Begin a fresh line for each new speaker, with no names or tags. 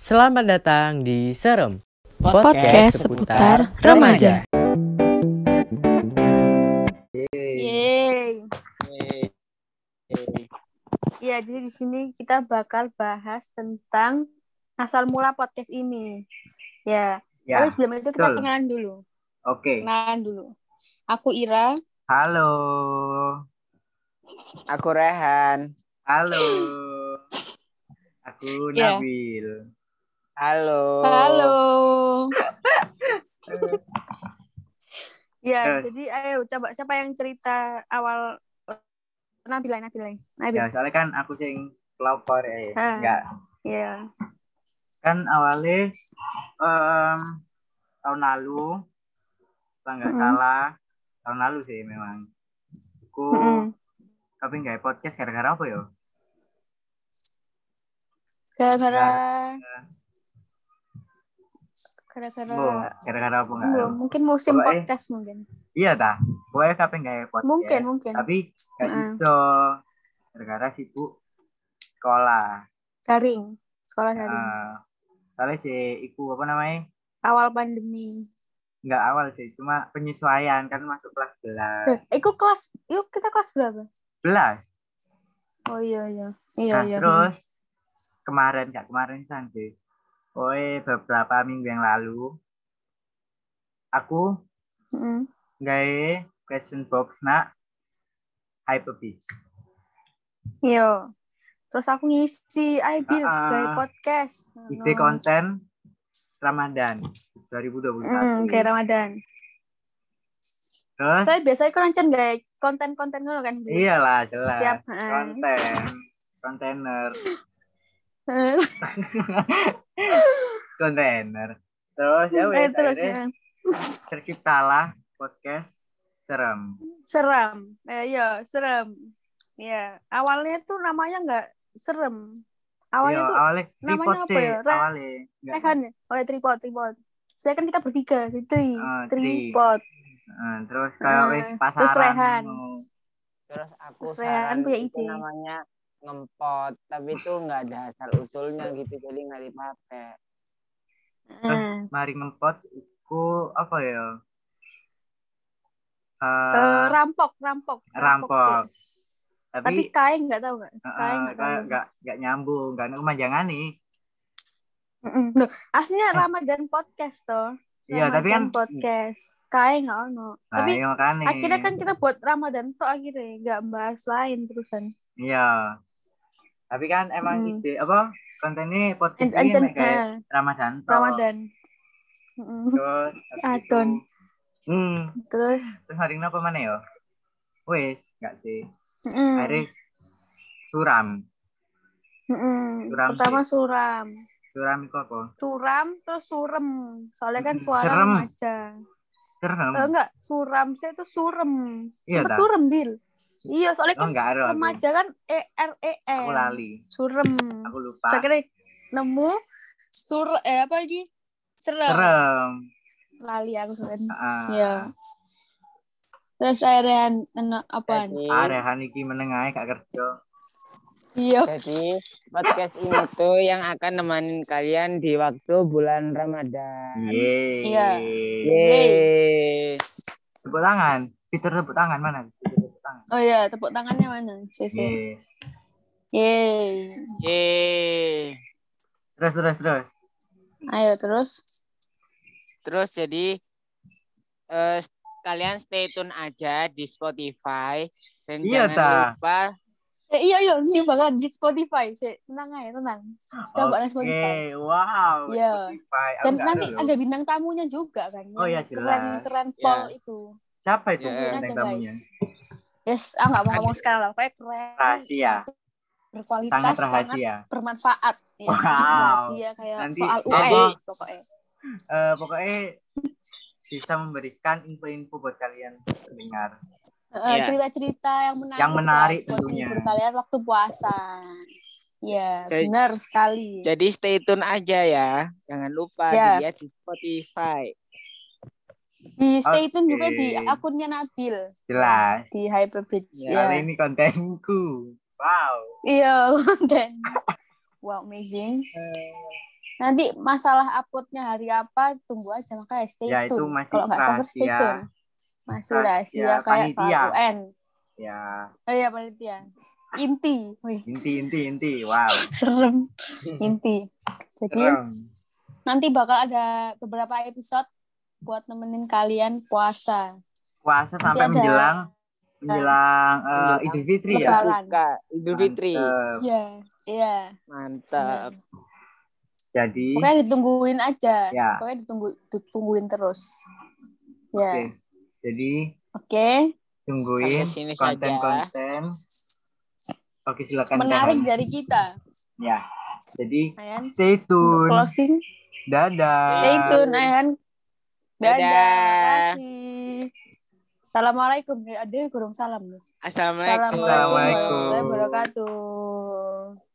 Selamat datang di Serem
Podcast, seputar remaja.
Yeay. Ya, jadi di sini kita bakal bahas tentang asal mula podcast ini. Ya,
Ya,
tapi sebelum itu kita
betul.
kenalan dulu.
oke.
Kenalan dulu. Aku Ira.
Halo.
Aku Rehan.
Halo. Aku
Ya.
Nabil. Oh.
Halo.
Halo. ya,
Eh.
jadi ayo coba siapa yang cerita awal Nabila, Nabila.
Ya,
Nabila.
soalnya kan aku sing pelopor ya.
Ah.
Enggak.
Ya.
Kan awalnya em, tahun lalu kalau nggak
Mm-mm.
salah tahun lalu sih memang. Aku
Mm-mm.
tapi nggak podcast gara-gara apa ya?
Gara-gara
Ya.
gara-gara
Bu, gara-gara apa enggak?
Belum, mungkin musim
Pokoknya-
podcast mungkin.
Iya dah. Pokoknya kapan nggak podcast.
Mungkin, mungkin.
iya, Tapi nggak
Ah.
bisa gara-gara sibuk sekolah.
Daring. Sekolah daring.
Eh, soalnya si iku apa namanya
Awal pandemi.
nggak awal sih cuma penyesuaian kan masuk kelas
Eh, Iku kelas, yuk kita kelas berapa?
11
Oh iya iya. Iya
11 nah
iya.
terus kemarin nggak kemarin kan sih Oi, beberapa minggu yang lalu aku
Mm.
nggak question box nak hyper beach
Iya. Terus aku ngisi IB
Ah, ah.
kayak podcast. Oh.
ide konten Ramadan 2021
Mm, kayak Ramadan.
terus
Saya biasanya kan rancen gak konten-konten dulu kan. Bu?
iyalah jelas
Tiap.
Iya, konten kontainer
eh.
kontainer terus ya
Eh,
wes
terus
akhirnya
eh,
terciptalah podcast serem
serem. Eh, iya, serem. Iya, awalnya tuh namanya nggak serem. Awalnya
Yo,
tuh
Iya, awalnya
namanya
tripod
apa
sih
ya? Re-
awalnya Nggak,
Rehan ya? Oh ya, tripod, tripod. Saya kan kita bertiga, jadi tri,
Ah, tri.
tripod.
eh, terus kayak
Eh,
wes
terus
pasaran
Rehan.
ngono.
Terus aku
Terus Rehan
saran
punya
itu
ide.
namanya ngempot, tapi itu nggak ada asal usulnya gitu, jadi nggak dipakai.
Eh,
mari ngempot iku apa ya Eh,
eh, rampok, rampok,
rampok
sih. Tapi
tapi
kain nggak tahu nggak?
eh,
kain
eh, kayak nggak nggak nyambung nggak nemu majangan nih
Mm-mm. Loh, aslinya Ramadan podcast toh.
Eh. iya tapi kan
Ramadan podcast. Kain nggak ono.
nah,
tapi
iya makanya.
akhirnya kan kita buat Ramadan toh akhirnya nggak bahas lain terusan.
iya tapi kan emang
Hmm.
ide apa kontennya podcast
An-
ini
Anjen
emang Iya, kayak
eh,
Ramadan toh.
Ramadan. Iya, Mm-mm.
terus habis
Adon.
itu- hmm
Terus
terus hari ini apa mana ya wes nggak sih
mm-mm.
hari suram
Mm-mm.
Suram
pertama suram,
suram itu apa
suram terus surem. Soalnya kan
Mm-mm.
suara
Serem.
remaja.
suram
Kalau Eh, enggak suram saya itu surem.
iya
Sempet
tak
surem, Dil. Iya, soalnya
oh
kan
nggak ada aku.
remaja kan E R E
aku
M.
lali
Surem.
aku lupa
Saya kira nemu sur eh apa lagi? Serem.
suram
Lali aku seren.
Ah.
Iya. Terus akhirnya enak apaan?
Jadi,
Arehan iki menengah gak kerja
Iya.
jadi podcast ini tuh yang akan nemanin kalian di waktu bulan Ramadan.
Yeay.
Iya.
Yeay.
tepuk tangan Peter tepuk tangan mana Peter tepuk tangan
Oh iya, tepuk tangannya mana? Cece.
Yeay. Iya.
Yeay.
Yeay.
terus terus terus
Ayo terus.
Terus jadi eh, kalian stay tune aja di Spotify dan
Iya,
jangan
Ta.
lupa
Eh, iya iya, ini bakal di Spotify. sih. Tenang aja, tenang. Coba ada Spotify.
Oke, wow
Iya.
Spotify Oh, Aku
Dan
nggak
nanti
loh.
ada bintang tamunya juga kan.
Oh, iya,
Keren
jelas.
keren
Iya.
Paul itu.
siapa
Iya.
itu
Tungguin
yang
aja
tamunya
guys. Yes, ah nggak mau ngomong sekarang lah. Kayak keren.
rahasia
Berkualitas
sangat
sangat,
rahasia
bermanfaat. Ya,
Wow.
sangat rahasia kayak
Nanti
soal UN
Edi-
pokoknya.
Eh, pokoknya bisa memberikan info-info buat kalian pendengar.
Eh,
Iya.
Cerita-cerita yang menarik.
Yang menarik
lah buat
tentunya.
menghibur kalian waktu puasa. Ya,
Jadi-
benar sekali.
jadi stay tune aja ya. Jangan lupa
Ya.
dilihat di Spotify.
Di stay tune
Oke.
juga di akunnya Nabil
Jelas.
di Hyperbeat.
Iya.
Kali ini kontenku. Wow.
Iya, konten. Wow, amazing. Nanti masalah uploadnya hari apa tunggu aja makanya stay
Ya, itu
tune.
masih
Kalau nggak sabar stay
rahasia.
tune. Masih
Rahasia
rahasia kayak soal
panitia.
UN.
Ya,
Oh iya panitia. Inti. Wih,
inti inti inti. Wow.
Iya. serem. Inti. Jadi
Serem.
nanti bakal ada beberapa episode buat nemenin kalian puasa.
Puasa sampai
ada- Iya.
menjelang menjelang eh,
Menjelang
Idul Fitri ya.
Lebaran.
Buka Idul Fitri.
Mantep.
Iya, iya.
Mantap.
Jadi
Pokoknya ditungguin aja.
Ya.
Pokoknya ditunggu ditungguin terus.
oke.
Ya.
Jadi
Oke.
tungguin
Sampai sini saja.
konten-konten. Oke, silakan
Menarik
Kak.
dari kita.
Ya. Jadi
Ayan.
stay
Untuk
tune.
closing.
Dadah.
Stay tune, Ayan. Dadah.
Dadah.
Makasih. Assalamualaikum. Ada kurang salam.
Assalamualaikum.
Assalamualaikum
Assalamualaikum.
warahmatullahi wabarakatuh.